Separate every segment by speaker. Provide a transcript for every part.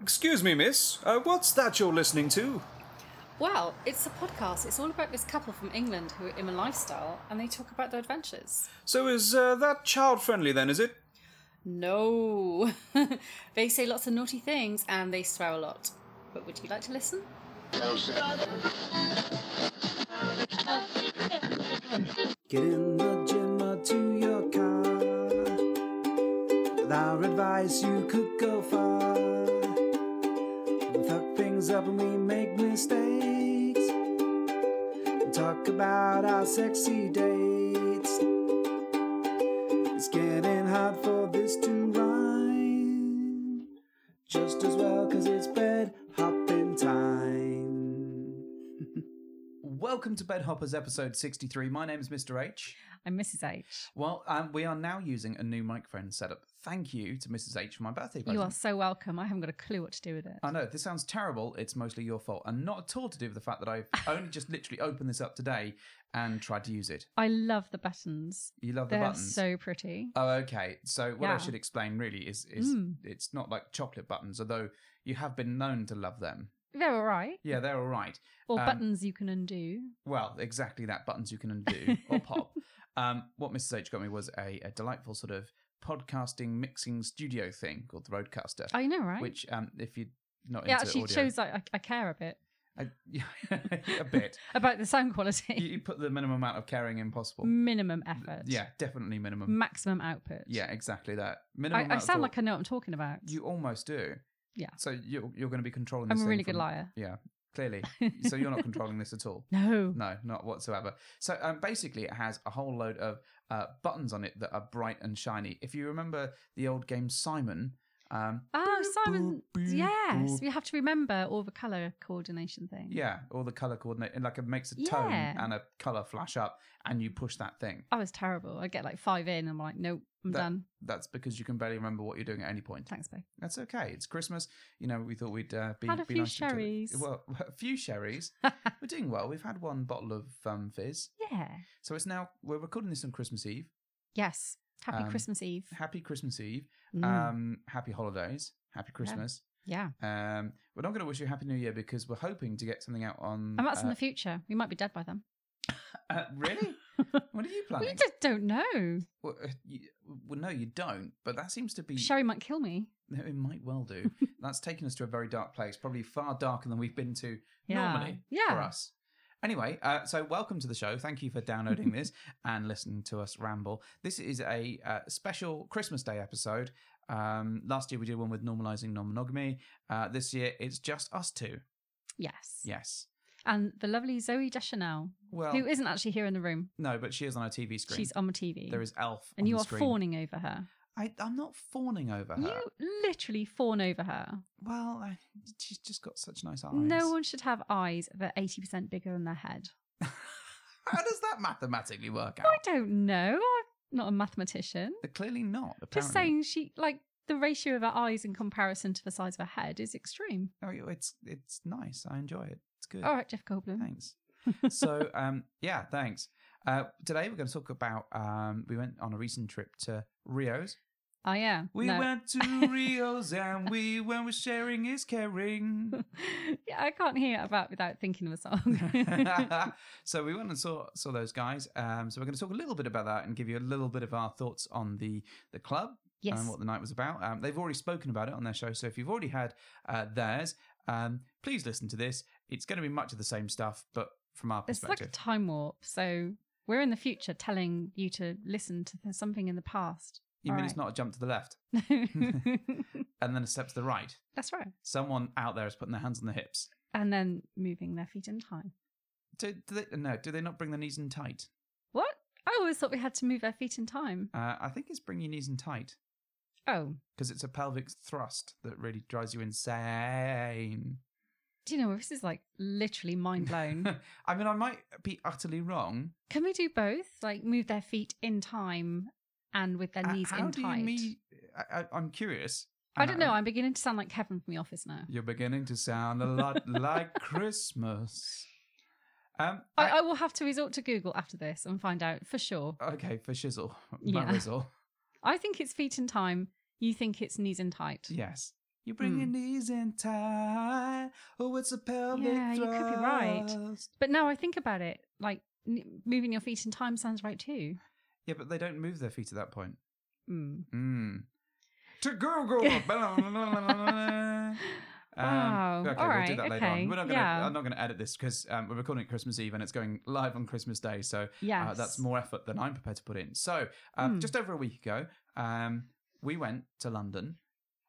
Speaker 1: Excuse me, miss. Uh, what's that you're listening to?
Speaker 2: Well, it's a podcast. It's all about this couple from England who are in a lifestyle and they talk about their adventures.
Speaker 1: So is uh, that child friendly then, is it?
Speaker 2: No. they say lots of naughty things and they swear a lot. But would you like to listen?
Speaker 3: Get in the gym or to your car. With our advice, you could go far. We fuck things up and we make mistakes. And talk about our sexy dates. It's getting hard for this to rhyme. Just as well, cause it's bed hopping time. Welcome to Bed Hoppers episode 63. My name is Mr. H.
Speaker 2: I'm Mrs. H.
Speaker 3: Well, um, we are now using a new microphone setup. Thank you to Mrs. H for my birthday present.
Speaker 2: You are so welcome. I haven't got a clue what to do with it.
Speaker 3: I know this sounds terrible. It's mostly your fault, and not at all to do with the fact that I've only just literally opened this up today and tried to use it.
Speaker 2: I love the buttons.
Speaker 3: You love
Speaker 2: They're
Speaker 3: the buttons.
Speaker 2: so pretty.
Speaker 3: Oh, okay. So what I
Speaker 2: Yeah.
Speaker 3: should explain really is is
Speaker 2: Mm.
Speaker 3: it's not like chocolate buttons, although you have been known to love them.
Speaker 2: They're all right.
Speaker 3: Yeah, they're all right.
Speaker 2: Or
Speaker 3: Um,
Speaker 2: buttons you can undo.
Speaker 3: Well, exactly that buttons you can undo or pop. Um, what Mrs. H got me was a, a delightful sort of podcasting mixing studio thing called the Roadcaster.
Speaker 2: I know, right?
Speaker 3: Which, um, if you're not
Speaker 2: it
Speaker 3: into
Speaker 2: actually
Speaker 3: audio,
Speaker 2: shows I, I, I care a bit
Speaker 3: I- yeah, a bit.
Speaker 2: about the sound
Speaker 3: You,
Speaker 2: quality.
Speaker 3: you put the minimum amount of caring in possible.
Speaker 2: Minimum effort.
Speaker 3: Yeah, definitely minimum.
Speaker 2: Maximum output.
Speaker 3: Yeah, exactly that. Minimum.
Speaker 2: I, I
Speaker 3: amount of
Speaker 2: sound
Speaker 3: thought.
Speaker 2: like I know what I'm talking about.
Speaker 3: You almost do.
Speaker 2: Yeah.
Speaker 3: So you're you're going to be controlling.
Speaker 2: I'm
Speaker 3: this
Speaker 2: a
Speaker 3: thing
Speaker 2: really good
Speaker 3: from-
Speaker 2: liar.
Speaker 3: Yeah, clearly. So you're not controlling this at all.
Speaker 2: No.
Speaker 3: No, not whatsoever. So um, basically, it has a whole load of uh, buttons on it that are bright and shiny. If you remember the old game Simon, um,
Speaker 2: Oh, Simon.
Speaker 3: boop, boop,
Speaker 2: Yes,
Speaker 3: boop.
Speaker 2: we have to remember all the color coordination thing.
Speaker 3: yeah, all the color coordinate, and like it makes a tone
Speaker 2: Yeah.
Speaker 3: and a color flash up, and you push that thing.
Speaker 2: I was terrible. I get like five in. I'm like, nope, I'm
Speaker 3: That-
Speaker 2: done.
Speaker 3: That's because you can barely remember what you're doing at any point.
Speaker 2: Thanks, babe.
Speaker 3: That's okay. It's Christmas. You know, we thought we'd uh, be
Speaker 2: Had a
Speaker 3: be
Speaker 2: few
Speaker 3: nice to each other.
Speaker 2: sherries.
Speaker 3: Well, a few sherries. We're doing well. We've had one bottle of um, fizz.
Speaker 2: Yeah.
Speaker 3: So it's now we're recording this on Christmas Eve.
Speaker 2: Yes. Happy
Speaker 3: Um,
Speaker 2: Christmas Eve.
Speaker 3: Happy Christmas Eve.
Speaker 2: Mm.
Speaker 3: Um, happy holidays. Happy Christmas.
Speaker 2: yeah.
Speaker 3: Um, we're not going to wish you a happy New Year because we're hoping to get something out on.
Speaker 2: And that's in
Speaker 3: uh,
Speaker 2: the future. We might be dead by then.
Speaker 3: uh, really? what are you
Speaker 2: We
Speaker 3: planning?
Speaker 2: just don't know.
Speaker 3: Well, uh, you, well, no, you don't. But that seems to be.
Speaker 2: Sherry might kill me.
Speaker 3: No, it might well do. That's taken us to a very dark place, probably far darker than we've been to
Speaker 2: Yeah.
Speaker 3: normally
Speaker 2: Yeah.
Speaker 3: for us. Anyway, uh, so welcome to the show. Thank you for downloading this and listening to us ramble. This is a uh, special Christmas Day episode. Um, last year we did one with normalizing non monogamy. Uh, this year it's just us two.
Speaker 2: Yes.
Speaker 3: Yes.
Speaker 2: And the lovely Zoe Deschanel,
Speaker 3: Well,
Speaker 2: who isn't actually here in the room.
Speaker 3: no, but she is on a TV screen.
Speaker 2: She's on my TV.
Speaker 3: there is Elf.
Speaker 2: and
Speaker 3: on
Speaker 2: you
Speaker 3: the
Speaker 2: are
Speaker 3: screen.
Speaker 2: fawning over her.
Speaker 3: I, I'm not fawning over her.
Speaker 2: You literally fawn over her.
Speaker 3: Well, I, she's just got such nice eyes.
Speaker 2: No one should have eyes that are 80% bigger than their head.
Speaker 3: How does that mathematically work out?
Speaker 2: I don't know. I'm not a mathematician.
Speaker 3: They're clearly not. Apparently.
Speaker 2: Just saying she like the ratio of her eyes in comparison to the size of her head is extreme.
Speaker 3: Oh, it's it's nice. I enjoy it. It's good.
Speaker 2: All right, Jeff Goldblum.
Speaker 3: Thanks. so, um, yeah, thanks. Uh, today we're going to talk about. Um, we went on a recent trip to Rio's.
Speaker 2: Oh yeah.
Speaker 3: We
Speaker 2: no.
Speaker 3: went to Rio's, and we when we're sharing is caring.
Speaker 2: yeah, I can't hear about without thinking of a song.
Speaker 3: so we went and saw saw those guys. Um, so we're going to talk a little bit about that and give you a little bit of our thoughts on the the club
Speaker 2: yes.
Speaker 3: and what the night was about. Um, they've already spoken about it on their show, so if you've already had uh, theirs, um, please listen to this. It's going to be much of the same stuff, but from our
Speaker 2: It's like a
Speaker 3: perspective.
Speaker 2: time warp. So we're in the future telling you to listen to th- something in the past.
Speaker 3: you mean
Speaker 2: All
Speaker 3: it's not a jump to the left and then a step to the right?
Speaker 2: That's right.
Speaker 3: Someone out there is putting their hands on their hips.
Speaker 2: And then moving their feet in time.
Speaker 3: Do, do they, no, do they not bring their knees in tight?
Speaker 2: What? I always thought we had to move our feet in time.
Speaker 3: Uh, I think it's bring your knees in tight
Speaker 2: Oh,
Speaker 3: because it's a pelvic thrust that really drives you insane.
Speaker 2: do you know this is like literally mind blown?
Speaker 3: I mean, I might be utterly wrong,
Speaker 2: Can we do both? Like move their feet in time and with their
Speaker 3: Uh,
Speaker 2: knees
Speaker 3: how
Speaker 2: in
Speaker 3: do you
Speaker 2: tight.
Speaker 3: mean- I, I, I'm curious. Uh,
Speaker 2: I
Speaker 3: And
Speaker 2: don't know. I'm beginning to sound like Kevin from The Office now.
Speaker 3: You're beginning to sound a lot like Christmas. Um,
Speaker 2: I, I will have to resort to Google after this and find out for sure.
Speaker 3: I- okay, for shizzle,
Speaker 2: Yeah.
Speaker 3: yeah. rizzle.
Speaker 2: I think it's feet in time. You think it's knees in tight.
Speaker 3: Yes, You bring
Speaker 2: Hmm.
Speaker 3: your knees in tight. Oh, it's a pelvic
Speaker 2: Yeah, you could be right.
Speaker 3: thrust.
Speaker 2: But now I think about it, like n- moving your feet in time sounds right too.
Speaker 3: Yeah, but they don't move their feet at that point.
Speaker 2: Mm.
Speaker 3: Mm. To Google. Um,
Speaker 2: Wow.
Speaker 3: Okay,
Speaker 2: All
Speaker 3: we'll do
Speaker 2: right,
Speaker 3: that later on.
Speaker 2: okay.
Speaker 3: We're not gonna.
Speaker 2: Yeah.
Speaker 3: I'm not gonna edit this because um, we're recording at Christmas Eve and it's going live on Christmas Day. So
Speaker 2: Yes.
Speaker 3: uh, that's more effort than I'm prepared to put in. So um,
Speaker 2: Hmm.
Speaker 3: just over a week ago, um, we went to London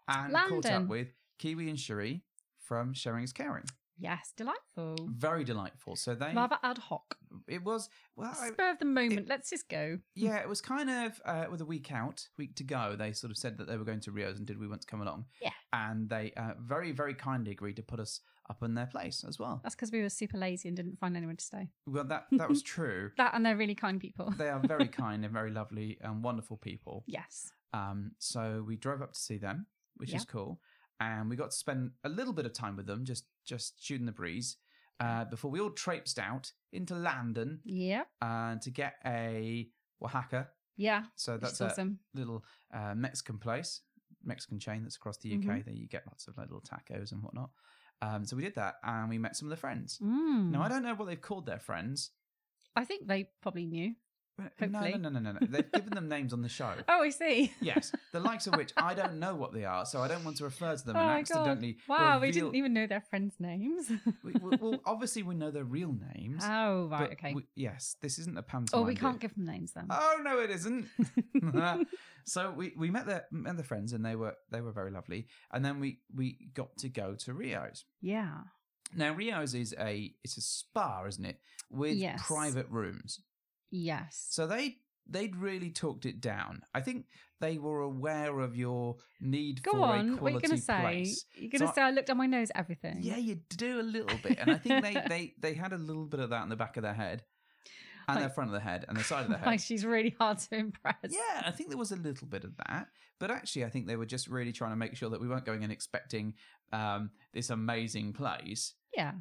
Speaker 3: and caught up
Speaker 2: London.
Speaker 3: with Kiwi and Cherie from Sharing is Caring.
Speaker 2: Yes, delightful.
Speaker 3: Very delightful. So they.
Speaker 2: Rather ad hoc.
Speaker 3: It was well. I-
Speaker 2: Spur of the moment. Let's just go.
Speaker 3: yeah, it was kind of uh, with a week out, week to go. They sort of said that they were going to Rio's and did we want to come along?
Speaker 2: Yeah.
Speaker 3: and they uh, very, very kindly agreed to put us up in their place as well.
Speaker 2: That's because we were super lazy and didn't find anyone to stay.
Speaker 3: Well, that that was true.
Speaker 2: That and they're really kind people.
Speaker 3: they are very kind and very lovely and wonderful people.
Speaker 2: yes.
Speaker 3: Um, so we drove up to see them, which
Speaker 2: Yeah.
Speaker 3: is cool, and we got to spend a little bit of time with them, just just shooting the breeze, uh, before we all traipsed out into London
Speaker 2: Yeah.
Speaker 3: uh, to get a Oaxaca.
Speaker 2: Yeah.
Speaker 3: So
Speaker 2: That's
Speaker 3: that's a,
Speaker 2: awesome.
Speaker 3: little uh, Mexican place, Mexican chain that's across the UK.
Speaker 2: Mm-hmm.
Speaker 3: There you get lots of like, little tacos and whatnot. Um, so we did that, and we met some of the friends.
Speaker 2: Mm.
Speaker 3: Now I don't know what they've called their friends.
Speaker 2: I think they probably knew.
Speaker 3: but- No,
Speaker 2: Hopefully.
Speaker 3: no, no, no, no, no. They've given them names on the show.
Speaker 2: Oh, I see.
Speaker 3: Yes, the likes of which I don't know what they are, so I don't want to refer to them
Speaker 2: oh
Speaker 3: and
Speaker 2: my
Speaker 3: accidentally.
Speaker 2: god! Wow, we
Speaker 3: reveal-
Speaker 2: didn't e even know their friends' names.
Speaker 3: We, we, well, obviously we know their real names.
Speaker 2: oh right,
Speaker 3: but
Speaker 2: okay.
Speaker 3: we- yes, this isn't a
Speaker 2: oh,
Speaker 3: pantomime.
Speaker 2: we
Speaker 3: bit.
Speaker 2: can't give them names then.
Speaker 3: Oh no, it isn't. Ah. so we, we met their met their friends and they were they were very lovely. And then we we got to go to Rio's.
Speaker 2: yeah.
Speaker 3: Now Rio's is a it's a spa, isn't it? With
Speaker 2: Yes.
Speaker 3: private rooms.
Speaker 2: Yes.
Speaker 3: So they they'd really talked it down. I think they were aware of your need
Speaker 2: Go
Speaker 3: for a
Speaker 2: on.
Speaker 3: quality
Speaker 2: What are you going to say?
Speaker 3: place.
Speaker 2: You're going to
Speaker 3: So I-
Speaker 2: say I looked at my nose at everything.
Speaker 3: Yeah, you do a little bit. And I think they they they had a little bit of that in the back of their head. And their
Speaker 2: Like-
Speaker 3: front of the head and the side of the head.
Speaker 2: Like she's really hard to impress.
Speaker 3: Yeah, I think there was a little bit of that, but actually, I think they were just really trying to make sure that we weren't going in expecting um, this amazing place.
Speaker 2: Yeah.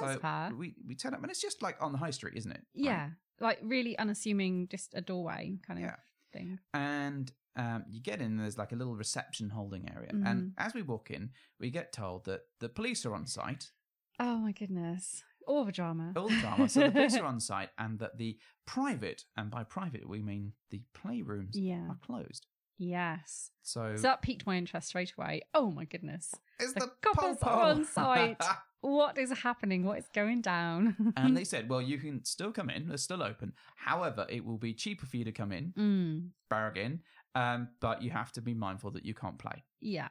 Speaker 2: That's
Speaker 3: so
Speaker 2: fair.
Speaker 3: we we turn up, and it's just like on the high street, isn't it? Right?
Speaker 2: Yeah. Like really unassuming, just a doorway kind of
Speaker 3: Yeah.
Speaker 2: thing.
Speaker 3: And um, you get in, and there's like a little reception holding area,
Speaker 2: Mm-hmm.
Speaker 3: and as we walk in, we get told that the police are on site,
Speaker 2: Oh my goodness. All the drama.
Speaker 3: all the drama. so the police are on site, and that the private, and by private we mean the playrooms,
Speaker 2: Yeah.
Speaker 3: are closed.
Speaker 2: Yes.
Speaker 3: So,
Speaker 2: So that piqued my interest straight away. Oh my goodness.
Speaker 3: it's
Speaker 2: the
Speaker 3: the,
Speaker 2: couples are
Speaker 3: pom-pom.
Speaker 2: on site. What is happening? What is going down?
Speaker 3: And they said, well, you can still come in. They're still open. However, it will be cheaper for you to come in,
Speaker 2: Mm,
Speaker 3: bargain, um, but you have to be mindful that you can't play.
Speaker 2: yeah.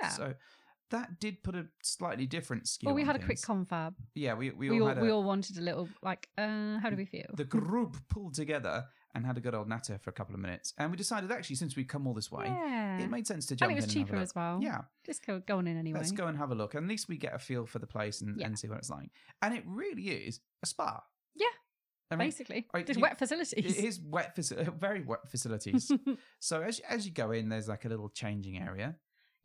Speaker 2: Yeah.
Speaker 3: So that did put a slightly different skew.
Speaker 2: well, we
Speaker 3: on
Speaker 2: had a
Speaker 3: things.
Speaker 2: quick confab.
Speaker 3: Yeah, we, we,
Speaker 2: We,
Speaker 3: all
Speaker 2: all,
Speaker 3: had a,
Speaker 2: we all wanted a little, like, uh, how do we feel?
Speaker 3: the group pulled together and had a good old natter for a couple of minutes. And we decided, actually, since we've come all this way,
Speaker 2: yeah.
Speaker 3: it made sense to
Speaker 2: and
Speaker 3: jump
Speaker 2: it
Speaker 3: in
Speaker 2: was
Speaker 3: and have a
Speaker 2: cheaper
Speaker 3: look.
Speaker 2: as well.
Speaker 3: Yeah,
Speaker 2: Just go, go on in anyway.
Speaker 3: let's go and have a look. And at least we get a feel for the place and,
Speaker 2: Yeah.
Speaker 3: and see what it's like. And it really is a spa.
Speaker 2: Yeah.
Speaker 3: I mean,
Speaker 2: Basically,
Speaker 3: I-
Speaker 2: did
Speaker 3: you-
Speaker 2: wet facilities.
Speaker 3: It is wet, faci- very wet facilities. so as as you go in, there's like a little changing area.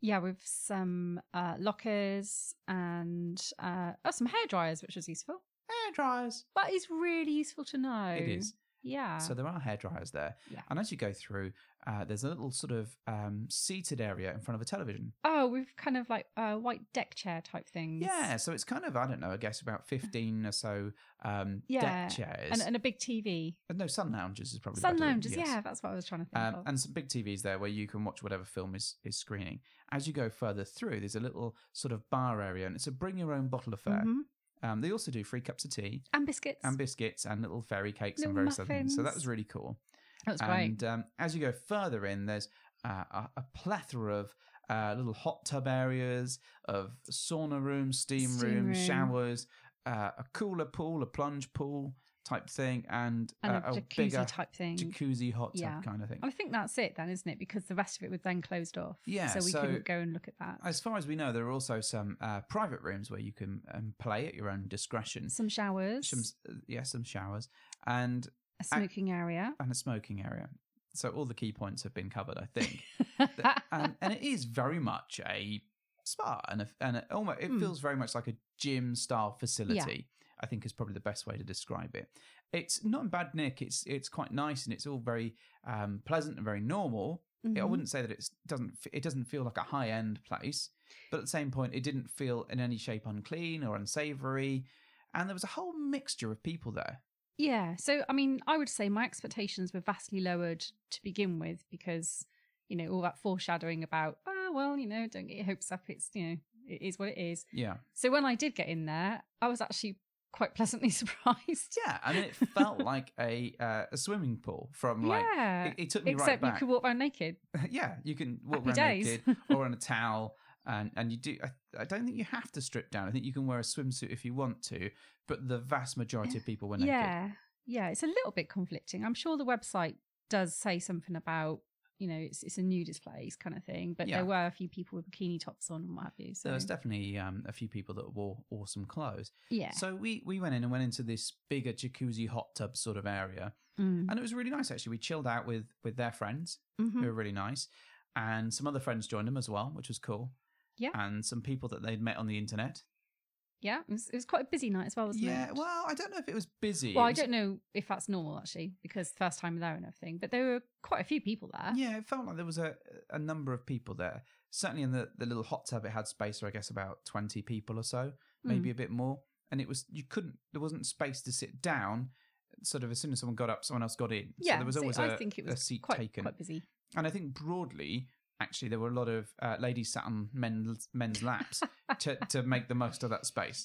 Speaker 2: yeah, with some uh, lockers and uh, oh, some hair dryers, which was useful.
Speaker 3: Hair dryers.
Speaker 2: But it's really useful to know.
Speaker 3: It is.
Speaker 2: Yeah.
Speaker 3: So there are hair dryers there.
Speaker 2: uh, Yeah.
Speaker 3: And as you go through, uh, there's a little sort of um, seated area in front of a television.
Speaker 2: oh, we've kind of like uh, white deck chair type things.
Speaker 3: Yeah. So it's kind of I don't know. I guess about fifteen or so um,
Speaker 2: Yeah,
Speaker 3: deck chairs.
Speaker 2: And, and a big TV.
Speaker 3: Uh, no, sun lounges is probably
Speaker 2: Sun
Speaker 3: better,
Speaker 2: lounges.
Speaker 3: yes.
Speaker 2: Yeah, that's what I was trying to think
Speaker 3: Um,
Speaker 2: of.
Speaker 3: and some big TVs there where you can watch whatever film is, is screening. As you go further through, there's a little sort of bar area, and it's a bring your own bottle affair.
Speaker 2: Mhm.
Speaker 3: Um, they also do free cups of tea
Speaker 2: And biscuits.
Speaker 3: and biscuits and little fairy cakes and
Speaker 2: Little
Speaker 3: various other things. So that
Speaker 2: muffins.
Speaker 3: was really cool.
Speaker 2: that was great.
Speaker 3: and um, as you go further in, there's uh, a, a plethora of uh, little hot tub areas, of sauna rooms, steam,
Speaker 2: Steam
Speaker 3: rooms,
Speaker 2: room.
Speaker 3: showers, uh, a cooler pool, a plunge pool type thing, and,
Speaker 2: And
Speaker 3: uh,
Speaker 2: a
Speaker 3: bigger
Speaker 2: jacuzzi type thing.
Speaker 3: jacuzzi hot tub
Speaker 2: Yeah.
Speaker 3: kind of thing.
Speaker 2: I think that's it then, isn't it? Because the rest of it was then closed off.
Speaker 3: Yeah,
Speaker 2: So we
Speaker 3: so-
Speaker 2: couldn't go and look at that.
Speaker 3: As far as we know, there are also some uh, private rooms where you can um, play at your own discretion.
Speaker 2: Some showers.
Speaker 3: um, Some, uh, yeah, some showers, and
Speaker 2: a smoking area.
Speaker 3: and a smoking area. So all the key points have been covered, I think. Th- and, and it is very much a spa, and a, and a, almost it
Speaker 2: Hmm.
Speaker 3: feels very much like a gym style facility. I think is probably the best way to describe it. It's not in bad nick. It's it's quite nice and it's all very um, pleasant and very normal. I
Speaker 2: Mhm.
Speaker 3: wouldn't say that it doesn't f- it doesn't feel like a high end place, but at the same point, it didn't feel in any shape unclean or unsavory. And there was a whole mixture of people there.
Speaker 2: Yeah. So, I mean, I would say my expectations were vastly lowered to begin with because, you know, all that foreshadowing about, oh, well, you know, don't get your hopes up. It's, you know, it is what it is.
Speaker 3: Yeah,
Speaker 2: So when I did get in there, I was actually quite pleasantly surprised.
Speaker 3: yeah, and it felt like a uh, a swimming pool from like
Speaker 2: yeah.
Speaker 3: it, it took me right
Speaker 2: Except
Speaker 3: back.
Speaker 2: you could walk around naked.
Speaker 3: yeah, you can walk
Speaker 2: Happy
Speaker 3: around
Speaker 2: days.
Speaker 3: naked or on a towel, and and you do. I, I don't think you have to strip down. I think you can wear a swimsuit if you want to, but the vast majority of people were naked.
Speaker 2: Yeah. Yeah. It's a little bit conflicting. I'm sure the website does say something about, you know, it's, it's a nudist place kind of thing, but
Speaker 3: Yeah.
Speaker 2: there were a few people with bikini tops on and what have you.
Speaker 3: So
Speaker 2: So,
Speaker 3: there's definitely um, a few people that wore awesome clothes.
Speaker 2: yeah.
Speaker 3: So we we went in and went into this bigger jacuzzi hot tub sort of area,
Speaker 2: Mm.
Speaker 3: and it was really nice actually. We chilled out with with their friends,
Speaker 2: Mhm.
Speaker 3: who were really nice, and some other friends joined them as well, which was cool.
Speaker 2: Yeah.
Speaker 3: and some people that they'd met on the internet.
Speaker 2: Yeah, it was, it was quite a busy night as well, wasn't
Speaker 3: yeah,
Speaker 2: it?
Speaker 3: well, I don't know if it was busy.
Speaker 2: well,
Speaker 3: It
Speaker 2: I
Speaker 3: was-
Speaker 2: don't know if that's normal actually, because first time there and everything. But there were quite a few people there.
Speaker 3: Yeah, it felt like there was a a number of people there. Certainly in the the little hot tub, it had space for I guess about twenty people or so, maybe
Speaker 2: Mm.
Speaker 3: a bit more. And it was you couldn't there wasn't space to sit down. Sort of as soon as someone got up, someone else got in. so
Speaker 2: Yeah,
Speaker 3: there was
Speaker 2: so
Speaker 3: always
Speaker 2: I
Speaker 3: a-
Speaker 2: think it
Speaker 3: a
Speaker 2: was
Speaker 3: seat
Speaker 2: quite,
Speaker 3: taken.
Speaker 2: quite busy.
Speaker 3: And I think broadly, actually, there were a lot of uh, ladies sat on men's men's laps to to make the most of that space.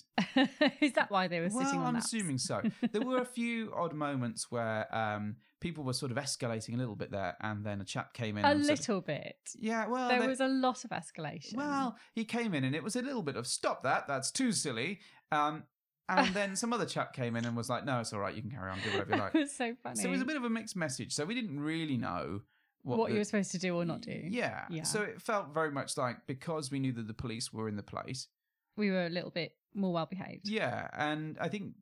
Speaker 2: Is that why they were
Speaker 3: well,
Speaker 2: sitting on
Speaker 3: I'm
Speaker 2: laps?
Speaker 3: assuming so. There were a few odd moments where um, people were sort of escalating a little bit there, and then a chap came in.
Speaker 2: a
Speaker 3: and sort of-
Speaker 2: little bit.
Speaker 3: yeah, well,
Speaker 2: there
Speaker 3: they-
Speaker 2: was a lot of escalation.
Speaker 3: well, he came in and it was a little bit of stop that, that's too silly. Um, and then some other chap came in and was like, no, it's all right, you can carry on, do whatever you
Speaker 2: it
Speaker 3: like.
Speaker 2: was so funny.
Speaker 3: So it was a bit of a mixed message. So we didn't really know what,
Speaker 2: what,
Speaker 3: the-
Speaker 2: you were supposed to do or not do.
Speaker 3: Yeah.
Speaker 2: Yeah.
Speaker 3: So it felt very much like because we knew that the police were in the place.
Speaker 2: we were a little bit more well behaved.
Speaker 3: Yeah. And I think,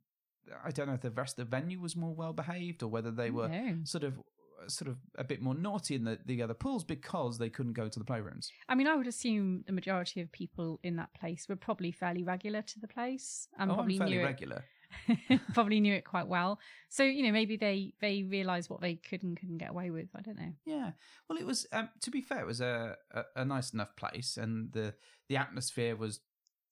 Speaker 3: I don't know if the rest of the venue was more well behaved or whether they were sort of. Sort of a bit more naughty in the, the other pools because they couldn't go to the playrooms.
Speaker 2: I mean, I would assume the majority of people in that place were probably fairly regular to the place and
Speaker 3: oh, I'm
Speaker 2: probably
Speaker 3: fairly
Speaker 2: knew it
Speaker 3: regular.
Speaker 2: probably knew it quite well. So you know, maybe they they realised what they could and couldn't get away with. I don't know.
Speaker 3: Yeah. Well, it was. Um, to be fair, it was a, a a nice enough place, and the the atmosphere was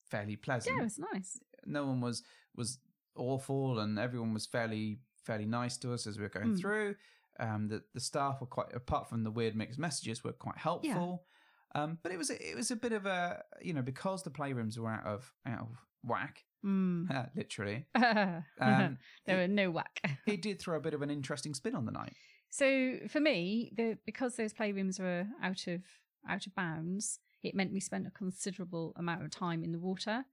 Speaker 3: fairly pleasant.
Speaker 2: Yeah, it was nice.
Speaker 3: No one was was awful, and everyone was fairly fairly nice to us as we were going
Speaker 2: Mm.
Speaker 3: through. Um, the the staff were quite, apart from the weird mixed messages, were quite helpful. Um, but it was a- it was a bit of a you know because the playrooms were out of out of whack,
Speaker 2: Mm.
Speaker 3: literally.
Speaker 2: there
Speaker 3: Um,
Speaker 2: were no whack.
Speaker 3: it did throw a bit of an interesting spin on the night.
Speaker 2: So for me, the because those playrooms were out of out of bounds, it meant we spent a considerable amount of time in the water.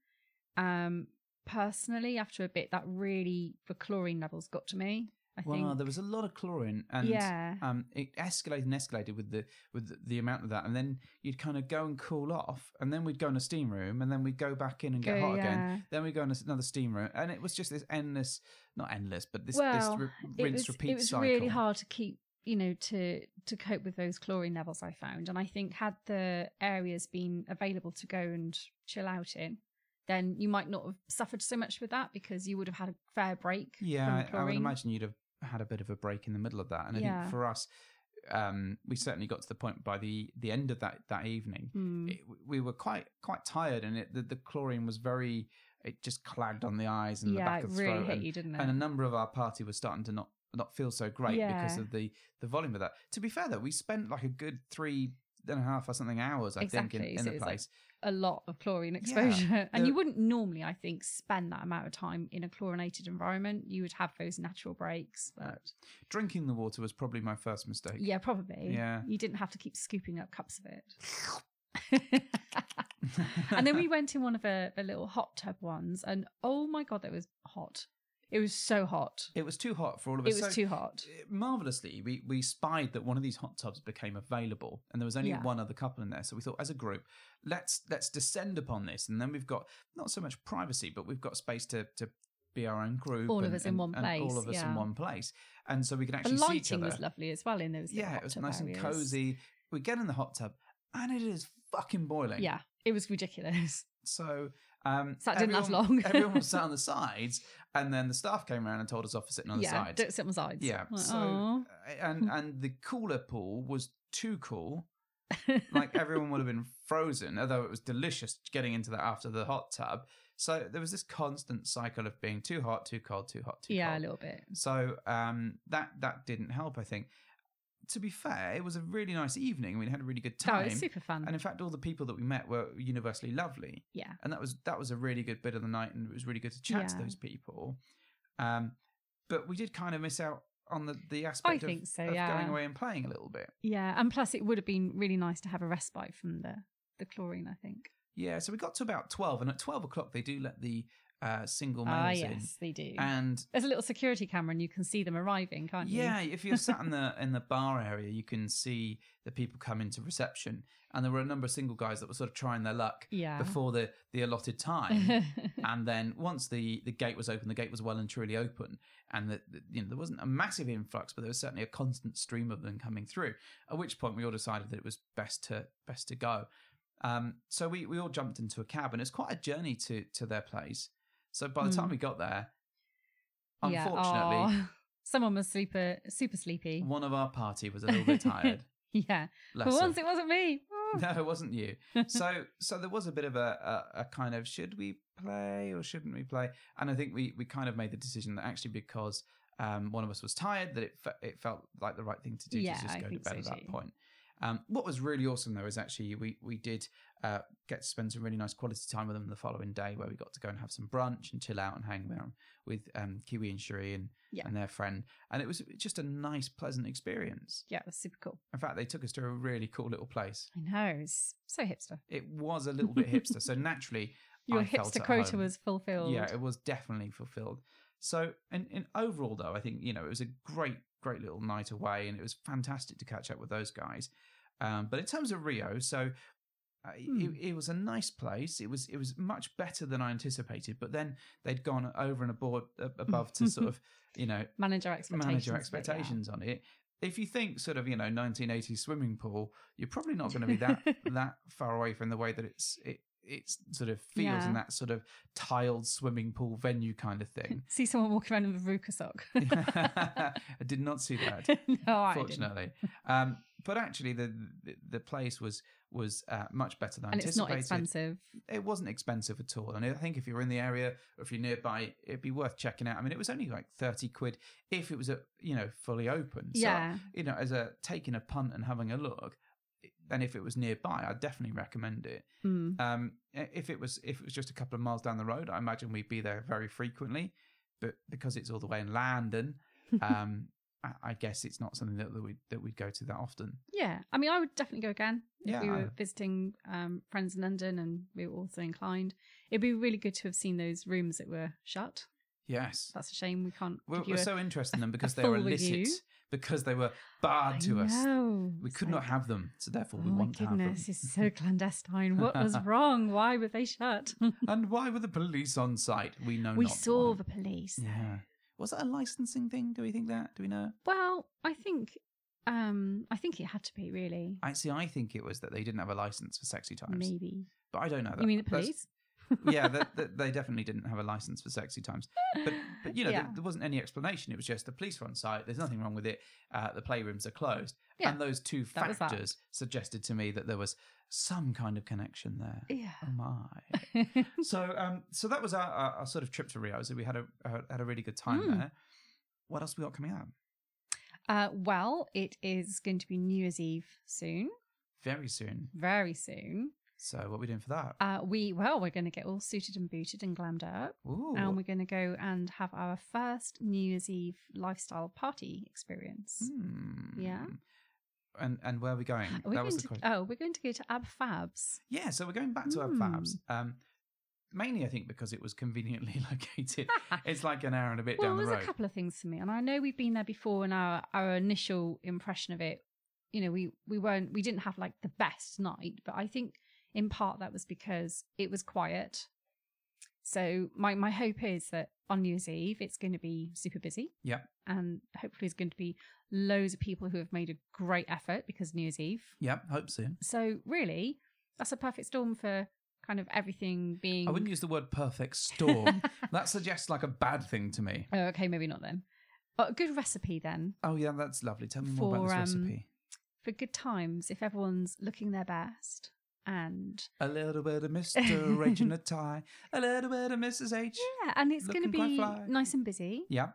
Speaker 2: Um, personally, after a bit, that really the chlorine levels got to me. I
Speaker 3: well,
Speaker 2: think.
Speaker 3: there was a lot of chlorine, and
Speaker 2: yeah.
Speaker 3: um, it escalated and escalated with the with the- the amount of that, and then you'd kind of go and cool off, and then we'd go in a steam room, and then we'd go back in and get
Speaker 2: Go-
Speaker 3: hot again.
Speaker 2: yeah.
Speaker 3: Then we go in another steam room, and it was just this endless, not endless, but this,
Speaker 2: Well,
Speaker 3: this re-
Speaker 2: it
Speaker 3: rinse
Speaker 2: was-
Speaker 3: repeat
Speaker 2: It was
Speaker 3: cycle.
Speaker 2: really hard to keep, you know, to to cope with those chlorine levels I found. And I think had the areas been available to go and chill out in, then you might not have suffered so much with that because you would have had a fair break. from
Speaker 3: Yeah, I- I would
Speaker 2: chlorine.
Speaker 3: imagine you'd have had a bit of a break in the middle of that, and I
Speaker 2: Yeah.
Speaker 3: think for us, um, we certainly got to the point by the the end of that that evening.
Speaker 2: Hmm.
Speaker 3: It, we were quite quite tired, and it, the, the chlorine was very. It just clagged on the eyes and the
Speaker 2: yeah,
Speaker 3: back
Speaker 2: it
Speaker 3: of the
Speaker 2: really
Speaker 3: throat.
Speaker 2: hit
Speaker 3: and-
Speaker 2: you, didn't it?
Speaker 3: and a number of our party was starting to not not feel so great because
Speaker 2: Yeah.
Speaker 3: of the the volume of that. To be fair, though, we spent like a good three and a half or something hours, I
Speaker 2: Exactly,
Speaker 3: think, in, in
Speaker 2: so
Speaker 3: the
Speaker 2: it's like-
Speaker 3: place.
Speaker 2: a lot of chlorine exposure, and
Speaker 3: The-
Speaker 2: you wouldn't normally, I think, spend that amount of time in a chlorinated environment. You would have those natural breaks,
Speaker 3: Yeah.
Speaker 2: but
Speaker 3: Drinking the water was probably my first mistake.
Speaker 2: yeah, probably.
Speaker 3: Yeah.
Speaker 2: you didn't have to keep scooping up cups of it. and then we went in one of the, the little hot tub ones, and oh my god, that was hot! It was so hot.
Speaker 3: It was too hot for all of us.
Speaker 2: It was
Speaker 3: so eh,
Speaker 2: too hot.
Speaker 3: Marvelously, we, we spied that one of these hot tubs became available, and there was only
Speaker 2: Yeah.
Speaker 3: one other couple in there. So we thought, as a group, let's let's descend upon this, and then we've got not so much privacy, but we've got space to to be our own group.
Speaker 2: All of
Speaker 3: and-
Speaker 2: us in
Speaker 3: and-
Speaker 2: one
Speaker 3: and all
Speaker 2: place,
Speaker 3: of us in
Speaker 2: yeah.
Speaker 3: one place, and so we can
Speaker 2: The
Speaker 3: actually see each
Speaker 2: lighting
Speaker 3: other.
Speaker 2: was lovely as well in those. little
Speaker 3: Yeah,
Speaker 2: hot
Speaker 3: it was
Speaker 2: tub
Speaker 3: nice and
Speaker 2: areas.
Speaker 3: cozy. We get in the hot tub, and it is fucking boiling.
Speaker 2: Yeah, it was ridiculous.
Speaker 3: So um,
Speaker 2: So that didn't last
Speaker 3: everyone-
Speaker 2: long.
Speaker 3: everyone was sat on the sides, and then the staff came around and told us off for sitting on the
Speaker 2: yeah,
Speaker 3: sides.
Speaker 2: don't sit on the Hmm. sides.
Speaker 3: Yeah.
Speaker 2: Like, oh.
Speaker 3: so
Speaker 2: "Aw."
Speaker 3: uh, and and the cooler pool was too cool. Like everyone would have been frozen, although it was delicious getting into that after the hot tub. So there was this constant cycle of being too hot, too cold, too hot, too
Speaker 2: yeah, a
Speaker 3: cold.
Speaker 2: little bit.
Speaker 3: So um, that that didn't help. I think. To be fair, it was a really nice evening. We had a really good
Speaker 2: Oh,
Speaker 3: time,
Speaker 2: it's super fun.
Speaker 3: and in fact, all the people that we met were universally lovely
Speaker 2: yeah.
Speaker 3: and that was that was a really good bit of the night and it was really good to chat to
Speaker 2: Yeah.
Speaker 3: those people um but we did kind of miss out on the the aspect
Speaker 2: I
Speaker 3: of-
Speaker 2: think so,
Speaker 3: of
Speaker 2: yeah.
Speaker 3: going away and playing a little bit
Speaker 2: Yeah, and plus it would have been really nice to have a respite from the the chlorine. I think.
Speaker 3: yeah so we got to about 12 and at 12 o'clock they do let the uh single males
Speaker 2: Ah,
Speaker 3: in
Speaker 2: yes, they do.
Speaker 3: and
Speaker 2: There's a little security camera, and you can see them arriving, can't you?
Speaker 3: yeah if you're sat in the in the bar area you can see the people come into reception and there were a number of single guys that were sort of trying their luck
Speaker 2: Yeah.
Speaker 3: before the the allotted time and then once the the gate was open, the gate was well and truly open, and the, the- you know there wasn't a massive influx, but there was certainly a constant stream of them coming through. At which point, we all decided that it was best to best to go. Um, so we we all jumped into a cab, and it's quite a journey to to their place. So by the
Speaker 2: Hmm.
Speaker 3: time we got there,
Speaker 2: Yeah,
Speaker 3: unfortunately,
Speaker 2: aw. someone was super super sleepy.
Speaker 3: one of our party was a little bit tired.
Speaker 2: Yeah,
Speaker 3: Bless
Speaker 2: for
Speaker 3: her.
Speaker 2: once it wasn't me. Oh.
Speaker 3: no, it wasn't you. So, so there was a bit of a, a, a kind of should we play or shouldn't we play? And I think we we kind of made the decision that actually because um, one of us was tired, that it fe- it felt like the right thing to do
Speaker 2: Yeah,
Speaker 3: to just
Speaker 2: I
Speaker 3: go to
Speaker 2: think
Speaker 3: bed
Speaker 2: so
Speaker 3: at that
Speaker 2: too.
Speaker 3: point. Um, what was really awesome though is actually we we did uh, get to spend some really nice quality time with them the following day, where we got to go and have some brunch and chill out and hang around with um, Kiwi and Cherie and
Speaker 2: Yeah.
Speaker 3: and their friend, and it was just a nice, pleasant experience.
Speaker 2: Yeah, it was super cool.
Speaker 3: In fact, they took us to a really cool little place.
Speaker 2: I know, it's so hipster.
Speaker 3: It was a little bit hipster, so naturally,
Speaker 2: Your
Speaker 3: I felt
Speaker 2: hipster
Speaker 3: at
Speaker 2: quota
Speaker 3: home.
Speaker 2: was fulfilled.
Speaker 3: yeah, it was definitely fulfilled. So, and, and overall, though, I think you know it was a great, great little night away, and it was fantastic to catch up with those guys. Um, but in terms of Rio, so uh,
Speaker 2: Hmm.
Speaker 3: it, it was a nice place. It was it was much better than I anticipated. But then they'd gone over and aboard, ab- above to sort of you know
Speaker 2: Manager expectations.
Speaker 3: manage your
Speaker 2: but yeah.
Speaker 3: expectations on it. If you think sort of you know 1980s swimming pool, you're probably not going to be that that far away from the way that it's it it's sort of feels
Speaker 2: Yeah.
Speaker 3: in that sort of tiled swimming pool venue kind of thing.
Speaker 2: See someone walking around with a Ruka sock.
Speaker 3: I did not see that
Speaker 2: no, I didn't.
Speaker 3: fortunately. Um, but actually, the, the the place was was uh, much better than
Speaker 2: And it's not
Speaker 3: anticipated.
Speaker 2: expensive.
Speaker 3: It wasn't expensive at all, and I think if you're in the area or if you're nearby, it'd be worth checking out. I mean, it was only like thirty quid if it was a you know fully open. So,
Speaker 2: yeah.
Speaker 3: you know, as a taking a punt and having a look. And if it was nearby, I'd definitely recommend it.
Speaker 2: Mm.
Speaker 3: Um, i- if it was if it was just a couple of miles down the road, I imagine we'd be there very frequently. But because it's all the way in London, um, I, I guess it's not something that, that we that we'd go to that often.
Speaker 2: Yeah. I mean, I would definitely go again. If we
Speaker 3: Yeah.
Speaker 2: were visiting um, friends in London and we were also inclined. It'd be really good to have seen those rooms that were shut.
Speaker 3: Yes,
Speaker 2: That's a shame we can't.
Speaker 3: we're,
Speaker 2: give you
Speaker 3: we're
Speaker 2: a-
Speaker 3: so interested in them
Speaker 2: a- a
Speaker 3: because they were
Speaker 2: full
Speaker 3: illicit,
Speaker 2: review.
Speaker 3: because they were
Speaker 2: I
Speaker 3: barred to us.
Speaker 2: know.
Speaker 3: We
Speaker 2: It's
Speaker 3: could
Speaker 2: like,
Speaker 3: not have them, so
Speaker 2: Oh
Speaker 3: therefore we
Speaker 2: my
Speaker 3: want to have them.
Speaker 2: goodness, it's so clandestine. What was wrong? Why were they shut?
Speaker 3: and why were the police on site? We know
Speaker 2: we
Speaker 3: not
Speaker 2: saw
Speaker 3: why.
Speaker 2: the police.
Speaker 3: Yeah. Was that a licensing thing? Do we think that? Do we know?
Speaker 2: Well, I think um I think it had to be really.
Speaker 3: Actually, I think it was that they didn't have a license for sexy times.
Speaker 2: Maybe.
Speaker 3: But I don't know. That,
Speaker 2: you mean the
Speaker 3: that's-
Speaker 2: police?
Speaker 3: yeah, that, that, they definitely didn't have a license for sexy times. But, but you know,
Speaker 2: Yeah.
Speaker 3: there, there wasn't any explanation. It was just the police were on site. There's nothing wrong with it. Uh, the playrooms are closed.
Speaker 2: Yeah,
Speaker 3: and those two
Speaker 2: that was that.
Speaker 3: factors suggested to me that there was some kind of connection there. Oh my.
Speaker 2: Yeah.
Speaker 3: so um, so that was our, our, our sort of trip to Rio. So we had a uh, had a really good time
Speaker 2: Mm.
Speaker 3: there. What else we got coming up?
Speaker 2: uh well, it is going to be New Year's Eve soon,
Speaker 3: Very soon.
Speaker 2: very soon.
Speaker 3: So what are we doing for that?
Speaker 2: Uh we well, we're going to get all suited and booted and glammed up.
Speaker 3: Ooh.
Speaker 2: And we're going to go and have our first New Year's Eve lifestyle party experience.
Speaker 3: Hmm.
Speaker 2: Yeah.
Speaker 3: And and where are we going?
Speaker 2: Are we
Speaker 3: that was
Speaker 2: going
Speaker 3: the
Speaker 2: to,
Speaker 3: question.
Speaker 2: oh, we're going to go to Ab Fabs.
Speaker 3: Yeah, so we're going back to our
Speaker 2: Hmm.
Speaker 3: fabs. Um, mainly, I think because it was conveniently located. it's like an hour and a bit
Speaker 2: Well,
Speaker 3: down the
Speaker 2: there's
Speaker 3: road.
Speaker 2: a couple of things for me, and I know we've been there before, and our our initial impression of it, you know, we we weren't we didn't have like the best night, but I think in part that was because it was quiet. So my my hope is that on New Year's Eve it's going to be super busy.
Speaker 3: Yep.
Speaker 2: And hopefully there's going to be loads of people who have made a great effort because New Year's Eve.
Speaker 3: Yep, hope soon.
Speaker 2: So really, that's a perfect storm for kind of everything being.
Speaker 3: I wouldn't use the word perfect storm. that suggests like a bad thing to me.
Speaker 2: Oh, okay, maybe not then. But a good recipe then
Speaker 3: Oh yeah, that's lovely. Tell me more about
Speaker 2: For,
Speaker 3: this
Speaker 2: um,
Speaker 3: recipe.
Speaker 2: for good times if everyone's looking their best and
Speaker 3: A little bit of Mr. H in a tie. A little bit of Mrs. H.
Speaker 2: yeah, and it's going to
Speaker 3: Looking quite
Speaker 2: be
Speaker 3: fly.
Speaker 2: nice and busy.
Speaker 3: Yeah.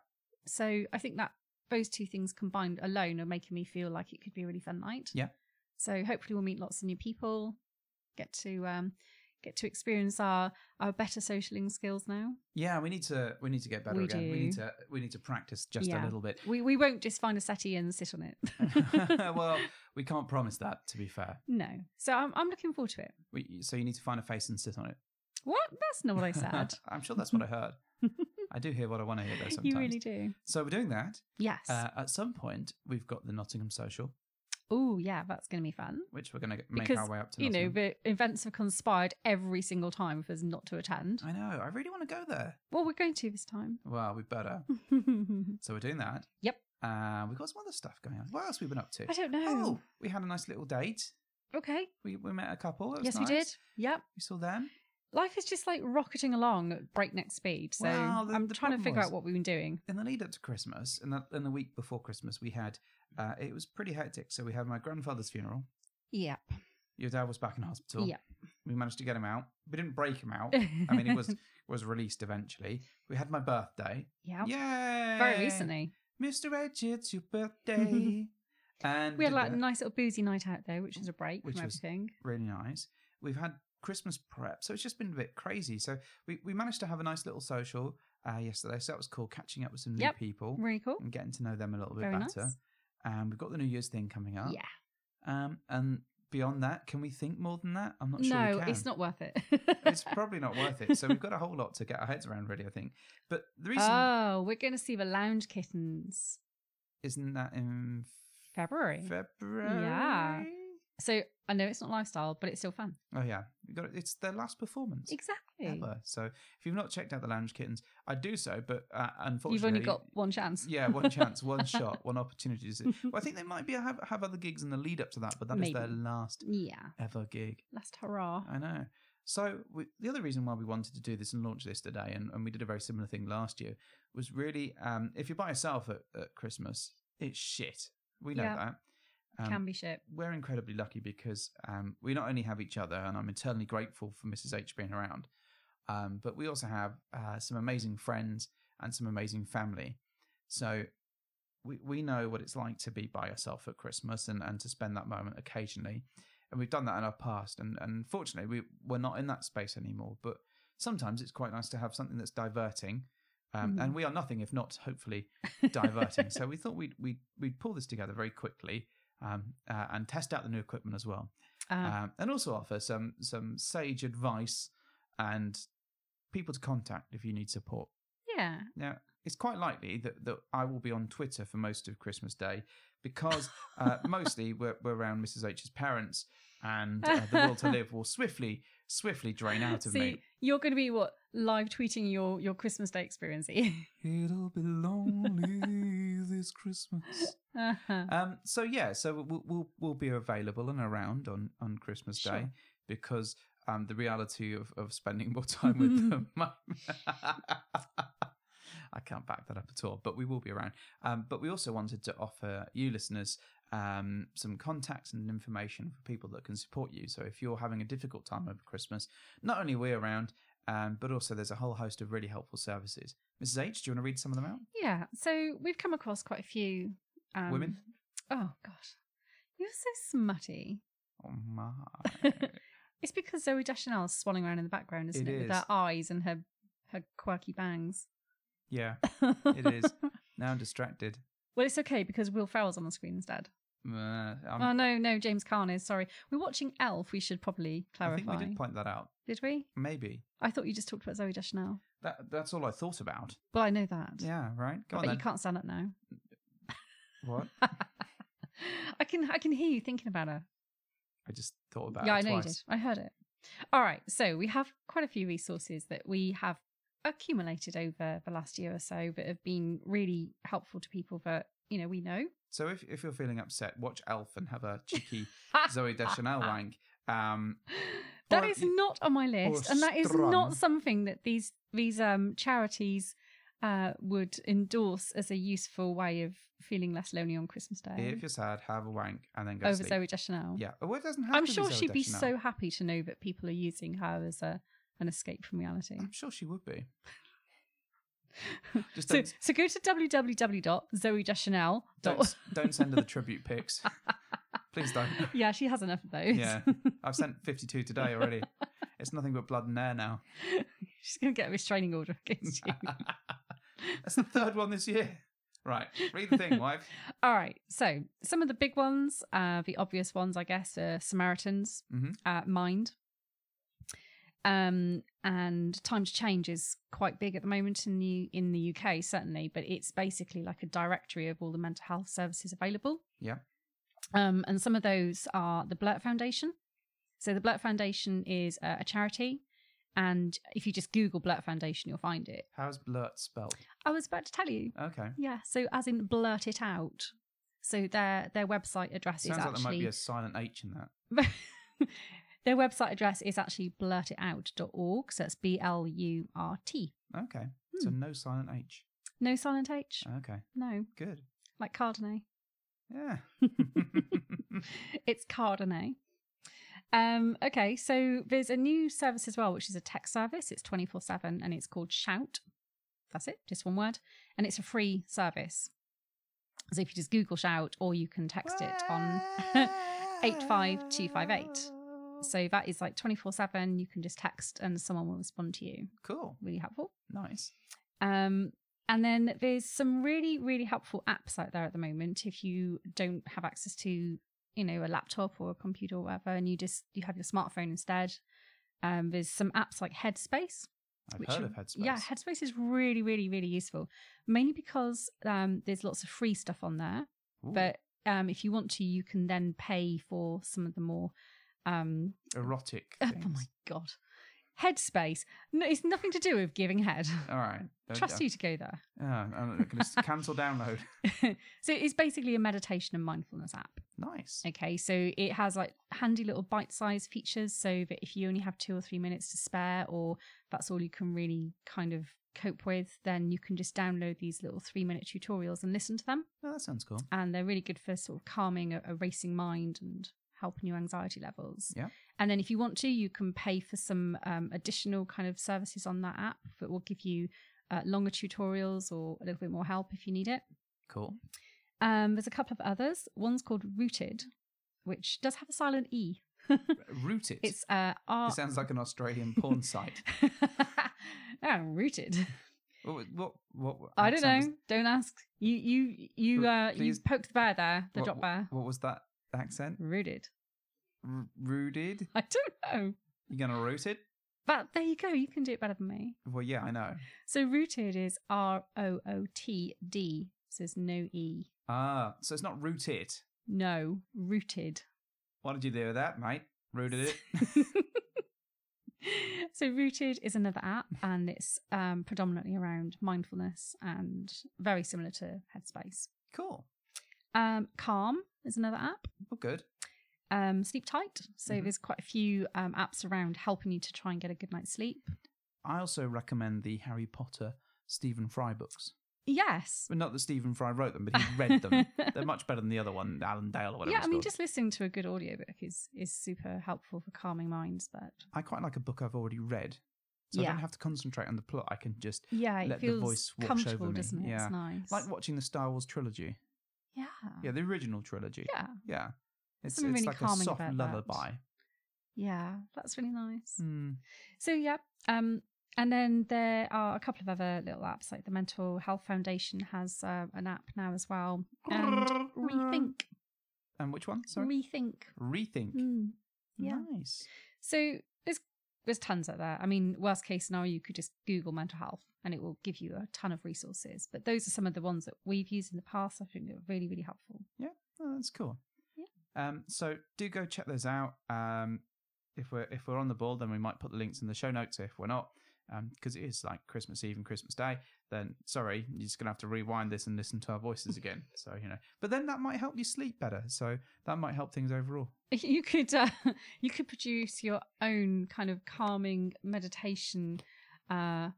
Speaker 2: So I think that those two things combined alone are making me feel like it could be a really fun night.
Speaker 3: Yeah.
Speaker 2: So hopefully we'll meet lots of new people, get to um, get to experience our our better socialing skills now.
Speaker 3: Yeah, we need to we need to get better
Speaker 2: We
Speaker 3: again. We need
Speaker 2: do.
Speaker 3: to we need to practice just a
Speaker 2: Yeah.
Speaker 3: little bit.
Speaker 2: We we won't just find a settee and sit on it.
Speaker 3: well, we can't promise that to be fair.
Speaker 2: no. So I'm I'm looking forward to it.
Speaker 3: We, so you need to find a face and sit on it.
Speaker 2: What? That's not what I said.
Speaker 3: I'm sure that's what I heard. I do hear what I want to hear though sometimes.
Speaker 2: you really do.
Speaker 3: So we're doing that.
Speaker 2: Yes.
Speaker 3: Uh, at some point, we've got the Nottingham Social,
Speaker 2: oh yeah, that's going to be fun.
Speaker 3: which we're going to make
Speaker 2: Because,
Speaker 3: our way up to.
Speaker 2: you know,
Speaker 3: Nottingham.
Speaker 2: the events have conspired every single time for us not to attend.
Speaker 3: I know. I really want to go there.
Speaker 2: Well, we're going to this time.
Speaker 3: Well, we better. So we're doing that.
Speaker 2: Yep.
Speaker 3: Uh, we've got some other stuff going on. What else have we been up to?
Speaker 2: I don't know.
Speaker 3: Oh, we had a nice little date.
Speaker 2: Okay.
Speaker 3: We, we met a couple. It was
Speaker 2: Yes,
Speaker 3: nice.
Speaker 2: we did. Yep.
Speaker 3: We saw them.
Speaker 2: Life is just like rocketing along at breakneck speed. So
Speaker 3: Well, the-
Speaker 2: I'm
Speaker 3: the
Speaker 2: trying to
Speaker 3: problem
Speaker 2: figure
Speaker 3: was-
Speaker 2: out what we've been doing.
Speaker 3: in the lead up to Christmas, in the, in the week before Christmas, we had uh, it was pretty hectic. So we had my grandfather's funeral.
Speaker 2: Yep.
Speaker 3: Your dad was back in hospital.
Speaker 2: Yep.
Speaker 3: we managed to get him out. We didn't break him out. I mean, he was was released eventually. We had my birthday.
Speaker 2: Yep.
Speaker 3: Yay!
Speaker 2: Very recently.
Speaker 3: Mister Edge, it's your birthday. and
Speaker 2: We had
Speaker 3: did
Speaker 2: like a
Speaker 3: that.
Speaker 2: nice little boozy night out though, which was a break
Speaker 3: Which
Speaker 2: from
Speaker 3: was-
Speaker 2: everything.
Speaker 3: really nice. We've had Christmas prep, so it's just been a bit crazy. So we we managed to have a nice little social uh, yesterday. So that was cool, catching up with some
Speaker 2: Yep.
Speaker 3: new people
Speaker 2: Really cool.
Speaker 3: and getting to know them a little bit
Speaker 2: Very
Speaker 3: better.
Speaker 2: nice.
Speaker 3: Um, we've got the New Year's thing coming up.
Speaker 2: Yeah.
Speaker 3: Um, and beyond that, can we think more than that? I'm not sure. we
Speaker 2: No,
Speaker 3: can.
Speaker 2: it's not worth it.
Speaker 3: it's probably not worth it. So we've got a whole lot to get our heads around, really. I think. But the reason
Speaker 2: Oh, we're going to see the lounge kittens.
Speaker 3: isn't that in
Speaker 2: February.
Speaker 3: February.
Speaker 2: Yeah. So I know it's not lifestyle, but it's still fun.
Speaker 3: Oh yeah, you got it. It's their last performance
Speaker 2: Exactly.
Speaker 3: ever. So if you've not checked out the Lounge Kittens, I do so. But uh, unfortunately,
Speaker 2: You've only got one chance.
Speaker 3: yeah, one chance, one shot, one opportunity. to see- Well, I think they might be have, have other gigs in the lead up to that, but that is their
Speaker 2: Maybe.
Speaker 3: last
Speaker 2: Yeah.
Speaker 3: ever gig.
Speaker 2: Last hurrah.
Speaker 3: I know. So we, the other reason why we wanted to do this and launch this today, and, and we did a very similar thing last year, was really um, if you're by yourself at, at Christmas, it's shit. We know
Speaker 2: Yeah.
Speaker 3: that. Um,
Speaker 2: Can be shit.
Speaker 3: We're incredibly lucky because um, we not only have each other, and I'm eternally grateful for Mrs. H being around, um, but we also have uh, some amazing friends and some amazing family. So we, we know what it's like to be by yourself at Christmas and, and to spend that moment occasionally. And we've done that in our past. And, and fortunately, we, we're not in that space anymore. But sometimes it's quite nice to have something that's diverting. Um,
Speaker 2: Mhm.
Speaker 3: And we are nothing if not, hopefully, diverting. so we thought we'd, we'd, we'd pull this together very quickly um, uh, and test out the new equipment as well.
Speaker 2: Uh,
Speaker 3: Um, and also offer some, some sage advice and people to contact if you need support.
Speaker 2: yeah.
Speaker 3: Now, it's quite likely that, that I will be on Twitter for most of Christmas Day because uh, mostly we're, we're around Mrs. H's parents and uh, the will to live will swiftly, swiftly drain out of
Speaker 2: See,
Speaker 3: me.
Speaker 2: you're going to be what live tweeting your your Christmas Day experience.
Speaker 3: It'll be lonely this Christmas.
Speaker 2: Uh-huh.
Speaker 3: Um, so yeah, so we'll, we'll we'll be available and around on on Christmas Day
Speaker 2: Sure.
Speaker 3: because um, the reality of, of spending more time with them. I can't back that up at all, but we will be around. Um, but we also wanted to offer you listeners um, some contacts and information for people that can support you. So if you're having a difficult time over Christmas, not only we're around, um, but also there's a whole host of really helpful services. Mrs. H, do you want to read some of them out?
Speaker 2: yeah. So we've come across quite a few um,
Speaker 3: Women?
Speaker 2: Oh God, you're so smutty.
Speaker 3: Oh my.
Speaker 2: It's because Zoe Deschanel's swanning around in the background, isn't
Speaker 3: It
Speaker 2: it? With
Speaker 3: is.
Speaker 2: her eyes and her her quirky bangs.
Speaker 3: yeah. It is. Now I'm distracted.
Speaker 2: well, it's okay because Will Ferrell's on the screen instead.
Speaker 3: Uh, I'm-
Speaker 2: oh no, no, James Carn is. Sorry, we're watching Elf. We should probably
Speaker 3: I
Speaker 2: clarify.
Speaker 3: think we did point that out.
Speaker 2: Did we?
Speaker 3: Maybe
Speaker 2: I thought you just talked about Zoe Deschanel.
Speaker 3: that that's all I thought about.
Speaker 2: Well, I know that.
Speaker 3: Yeah, right. Go
Speaker 2: but
Speaker 3: on
Speaker 2: you
Speaker 3: then.
Speaker 2: can't stand up now.
Speaker 3: What?
Speaker 2: I can I can hear you thinking about her.
Speaker 3: I just thought about.
Speaker 2: yeah,
Speaker 3: it
Speaker 2: I know you did.
Speaker 3: twice.
Speaker 2: I heard it. All right, so we have quite a few resources that we have accumulated over the last year or so that have been really helpful to people that you know we know.
Speaker 3: So if if you're feeling upset, watch Elf and have a cheeky Zoe Deschanel wank. Um,
Speaker 2: That
Speaker 3: Or-
Speaker 2: is not on my list, and that is
Speaker 3: strum.
Speaker 2: not something that these these um, charities uh, would endorse as a useful way of feeling less lonely on Christmas Day.
Speaker 3: If you're sad, have a wank and then go to
Speaker 2: Over
Speaker 3: sleep.
Speaker 2: Zoe Deschanel,
Speaker 3: Yeah. Well, it doesn't have
Speaker 2: I'm
Speaker 3: to
Speaker 2: sure
Speaker 3: Zoe
Speaker 2: she'd be
Speaker 3: Deschanel.
Speaker 2: so happy to know that people are using her as a an escape from reality.
Speaker 3: I'm sure she would be. Just
Speaker 2: So,
Speaker 3: don't,
Speaker 2: so go to www.zoedeschanel.org.
Speaker 3: don't, don't send her the tribute pics. Please don't.
Speaker 2: Yeah, she has enough of those.
Speaker 3: Yeah. I've sent 52 today already. It's nothing but blood and air now.
Speaker 2: She's going to get a restraining order against you.
Speaker 3: That's the third one this year. Right. Read the thing, wife.
Speaker 2: All right. So some of the big ones, uh, the obvious ones, I guess, are Samaritans,
Speaker 3: Mhm.
Speaker 2: uh, Mind. Um, and Time to Change is quite big at the moment in the in the UK, certainly, but it's basically like a directory of all the mental health services available.
Speaker 3: Yeah.
Speaker 2: Um, and some of those are the Blurt Foundation. So the Blurt Foundation is a, a charity, and if you just Google Blurt Foundation, you'll find it.
Speaker 3: How's blurt spelled?
Speaker 2: I was about to tell you.
Speaker 3: Okay.
Speaker 2: Yeah, so as in blurt it out. So their their website address
Speaker 3: Sounds
Speaker 2: is
Speaker 3: like there might be
Speaker 2: actually
Speaker 3: a silent H in that.
Speaker 2: their website address is actually blurtitout.org. So it's B L U R T.
Speaker 3: Okay. So
Speaker 2: Hmm.
Speaker 3: no silent H.
Speaker 2: No silent H.
Speaker 3: Okay.
Speaker 2: No,
Speaker 3: Good.
Speaker 2: like Cardinay.
Speaker 3: Yeah.
Speaker 2: it's Cardinay. Um, okay, so there's a new service as well, which is a text service. It's 24 7 and it's called Shout. That's it, just one word. And it's a free service. So if you just Google Shout or you can text it on 85258. So that is like 24 7. You can just text and someone will respond to you.
Speaker 3: Cool.
Speaker 2: Really helpful.
Speaker 3: Nice.
Speaker 2: Um, and then there's some really, really helpful apps out there at the moment. If you don't have access to, you know, a laptop or a computer or whatever, and you just you have your smartphone instead, um, there's some apps like Headspace.
Speaker 3: I've
Speaker 2: which
Speaker 3: heard
Speaker 2: are-
Speaker 3: of Headspace.
Speaker 2: Yeah, Headspace is really, really, really useful. Mainly because um, there's lots of free stuff on there
Speaker 3: Ooh,
Speaker 2: but um, if you want to, you can then pay for some of the more. Um,
Speaker 3: erotic.
Speaker 2: oh
Speaker 3: Things.
Speaker 2: my god, Headspace. No, it's nothing to do with giving head.
Speaker 3: All right. Okay.
Speaker 2: Trust you to go there.
Speaker 3: Yeah, I'm going to cancel download.
Speaker 2: so it's basically a meditation and mindfulness app.
Speaker 3: Nice.
Speaker 2: Okay, so it has like handy little bite-sized features, so that if you only have two or three minutes to spare, or that's all you can really kind of cope with, then you can just download these little three-minute tutorials and listen to them.
Speaker 3: Oh, that sounds cool.
Speaker 2: and they're really good for sort of calming a, a racing mind and helping your anxiety levels.
Speaker 3: Yeah.
Speaker 2: And then if you want to, you can pay for some um, additional kind of services on that app that will give you uh, longer tutorials or a little bit more help if you need it.
Speaker 3: Cool.
Speaker 2: Um, there's a couple of others. One's called Rooted, which does have a silent e.
Speaker 3: Root it.
Speaker 2: It's uh, R.
Speaker 3: It sounds like an Australian porn site.
Speaker 2: Ah, rooted.
Speaker 3: What? What? what
Speaker 2: I don't
Speaker 3: accent
Speaker 2: know. Don't ask. You you you
Speaker 3: Look,
Speaker 2: uh
Speaker 3: please-
Speaker 2: you poked the bear there, the
Speaker 3: was-
Speaker 2: drop
Speaker 3: what,
Speaker 2: bear.
Speaker 3: What was that accent?
Speaker 2: Rooted.
Speaker 3: R- rooted?
Speaker 2: I don't know.
Speaker 3: You gonna root it?
Speaker 2: But there you go. You can do it better than me.
Speaker 3: Well, yeah, I know.
Speaker 2: So rooted is R O O T D. So there's no E.
Speaker 3: Ah, so it's not root it.
Speaker 2: No, rooted.
Speaker 3: What did you do with that, mate? Rooted it.
Speaker 2: so rooted is another app, and it's um, predominantly around mindfulness and very similar to Headspace.
Speaker 3: Cool.
Speaker 2: Um, Calm is another app.
Speaker 3: Well, good.
Speaker 2: Um, sleep tight. So
Speaker 3: Mhm.
Speaker 2: there's quite a few um, apps around helping you to try and get a good night's sleep.
Speaker 3: I also recommend the Harry Potter Stephen Fry books.
Speaker 2: Yes.
Speaker 3: Well, not that Stephen Fry wrote them, but he read them. They're much better than the other one, Alan Dale or whatever.
Speaker 2: Yeah,
Speaker 3: it's
Speaker 2: I mean,
Speaker 3: called.
Speaker 2: just listening to a good audiobook is is super helpful for calming minds. But
Speaker 3: I quite like a book I've already read, so I
Speaker 2: Yeah.
Speaker 3: don't have to concentrate on the plot. I can just
Speaker 2: Yeah, it
Speaker 3: let
Speaker 2: feels
Speaker 3: the voice wash
Speaker 2: comfortable,
Speaker 3: over me.
Speaker 2: doesn't it?
Speaker 3: Yeah,
Speaker 2: It's nice.
Speaker 3: like watching the Star Wars trilogy.
Speaker 2: yeah.
Speaker 3: Yeah, the original trilogy.
Speaker 2: Yeah.
Speaker 3: yeah. It's, it's
Speaker 2: something really
Speaker 3: like a
Speaker 2: calming
Speaker 3: soft
Speaker 2: about that.
Speaker 3: lullaby.
Speaker 2: Yeah, that's really nice.
Speaker 3: Hmm.
Speaker 2: So yeah, um, and then there are a couple of other little apps, like the Mental Health Foundation has uh, an app now as well, and Rethink,
Speaker 3: And which one? Sorry,
Speaker 2: Rethink.
Speaker 3: rethink.
Speaker 2: Mm. yeah.
Speaker 3: Nice.
Speaker 2: So there's there's tons out there. I mean, worst case scenario, you could just Google mental health, and it will give you a ton of resources. But those are some of the ones that we've used in the past. I think they're really really helpful.
Speaker 3: Oh, that's cool.
Speaker 2: Yeah.
Speaker 3: Um, so do go check those out. Um, if we're if we're on the ball, then we might put the links in the show notes. If we're not, because it is like Christmas Eve and Christmas Day, then sorry, you're just gonna have to rewind this and listen to our voices again. So you know, but then that might help you sleep better. So that might help things overall.
Speaker 2: you could uh, you could produce your own kind of calming meditation uh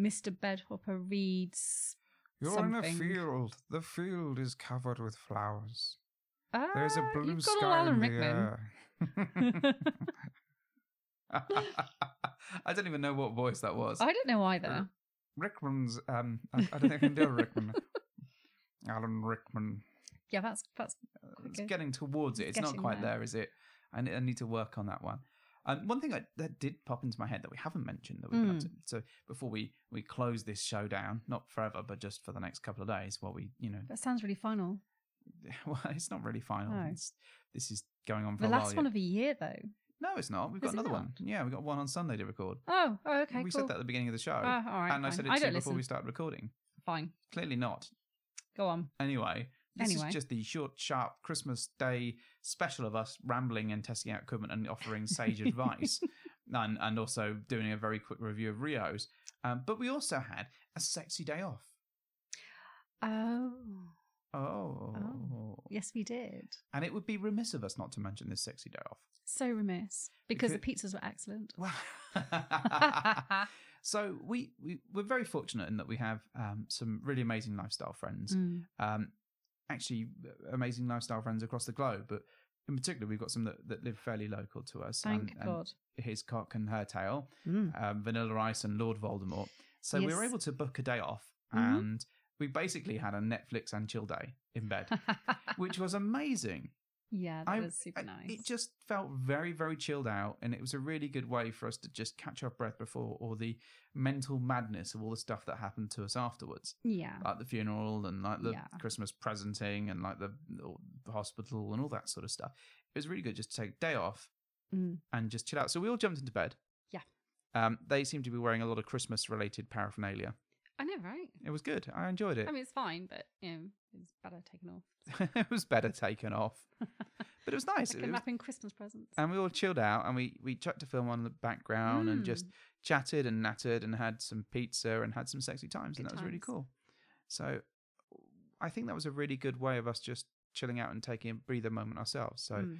Speaker 2: mr bedhopper reads
Speaker 4: You're in
Speaker 2: something.
Speaker 4: a field. The field is covered with flowers.
Speaker 2: Ah,
Speaker 4: There's a blue
Speaker 2: you've got all
Speaker 4: sky
Speaker 2: Alan
Speaker 4: in the
Speaker 2: Rickman.
Speaker 4: air.
Speaker 3: I don't even know what voice that was.
Speaker 2: I don't know either.
Speaker 4: Rickman's. Um, I, I don't think I can do a Rickman. Alan Rickman.
Speaker 2: Yeah, that's that's
Speaker 3: it's
Speaker 2: Okay.
Speaker 3: uh, getting towards it. It's not
Speaker 2: Getting
Speaker 3: quite
Speaker 2: there.
Speaker 3: there, is it? I ne- I need to work on that one. Um, one thing I, that did pop into my head that we haven't mentioned that we've
Speaker 2: Hmm.
Speaker 3: not so before we we close this show down, not forever, but just for the next couple of days while we you know
Speaker 2: that sounds really final.
Speaker 3: well it's not really final.
Speaker 2: No.
Speaker 3: It's, this is going on for
Speaker 2: The
Speaker 3: a
Speaker 2: last
Speaker 3: while.
Speaker 2: one
Speaker 3: yet.
Speaker 2: of the year though.
Speaker 3: no, it's not. We've got
Speaker 2: Is it
Speaker 3: another
Speaker 2: not?
Speaker 3: one. Yeah, we got one on Sunday to record.
Speaker 2: Oh, oh okay.
Speaker 3: we
Speaker 2: cool.
Speaker 3: said that at the beginning of the show,
Speaker 2: Ah, all right,
Speaker 3: and I
Speaker 2: fine.
Speaker 3: Oh, said it
Speaker 2: I
Speaker 3: to you
Speaker 2: don't
Speaker 3: before we
Speaker 2: listen.
Speaker 3: started recording.
Speaker 2: Fine.
Speaker 3: Clearly not.
Speaker 2: Go on.
Speaker 3: Anyway, this
Speaker 2: Anyway.
Speaker 3: is just the short, sharp Christmas Day special of us rambling and testing out equipment and offering sage advice, and and also doing a very quick review of Rio's. Um, but we also had a sexy day off.
Speaker 2: Oh,
Speaker 3: Oh.
Speaker 2: yes, we did.
Speaker 3: And it would be remiss of us not to mention this sexy day off.
Speaker 2: So remiss because the
Speaker 3: Because-
Speaker 2: pizzas were excellent. Mm,
Speaker 3: Well, so we, we we're very fortunate in that we have um, some really amazing lifestyle friends.
Speaker 2: Mm.
Speaker 3: um, actually uh, amazing lifestyle friends across the globe, but in particular, we've got some that, that live fairly local to us. and-
Speaker 2: Thank
Speaker 3: and
Speaker 2: God.
Speaker 3: His cock and her tail,
Speaker 2: Mm.
Speaker 3: um, Vanilla Ice and Lord Voldemort. So we were
Speaker 2: Yes.
Speaker 3: able to book a day off,
Speaker 2: Mhm.
Speaker 3: and we basically had a Netflix and chill day in bed, which was amazing.
Speaker 2: yeah, that
Speaker 3: I-
Speaker 2: was super
Speaker 3: I-
Speaker 2: nice.
Speaker 3: It just felt very, very chilled out, and it was a really good way for us to just catch our breath before all the mental madness of all the stuff that happened to us afterwards
Speaker 2: yeah.
Speaker 3: like the funeral and like the
Speaker 2: Yeah.
Speaker 3: Christmas presenting and like the, the hospital and all that sort of stuff. It was really good just to take a day off
Speaker 2: Mm.
Speaker 3: and just chill out. So we all jumped into bed.
Speaker 2: Yeah.
Speaker 3: Um, they seemed to be wearing a lot of Christmas related paraphernalia.
Speaker 2: I know, right?
Speaker 3: It was good. I enjoyed it.
Speaker 2: I mean, it's fine, but you know, it's better taken off.
Speaker 3: it was better taken off, but it was nice.
Speaker 2: Like
Speaker 3: It was-
Speaker 2: wrapping Christmas presents.
Speaker 3: and we all chilled out and we, we chucked a film on in the background
Speaker 2: Mm,
Speaker 3: and just chatted and nattered and had some pizza and had some sexy times. and
Speaker 2: Good
Speaker 3: that was really
Speaker 2: times.
Speaker 3: cool. So I think that was a really good way of us just chilling out and taking a breather moment ourselves. So
Speaker 2: Mm.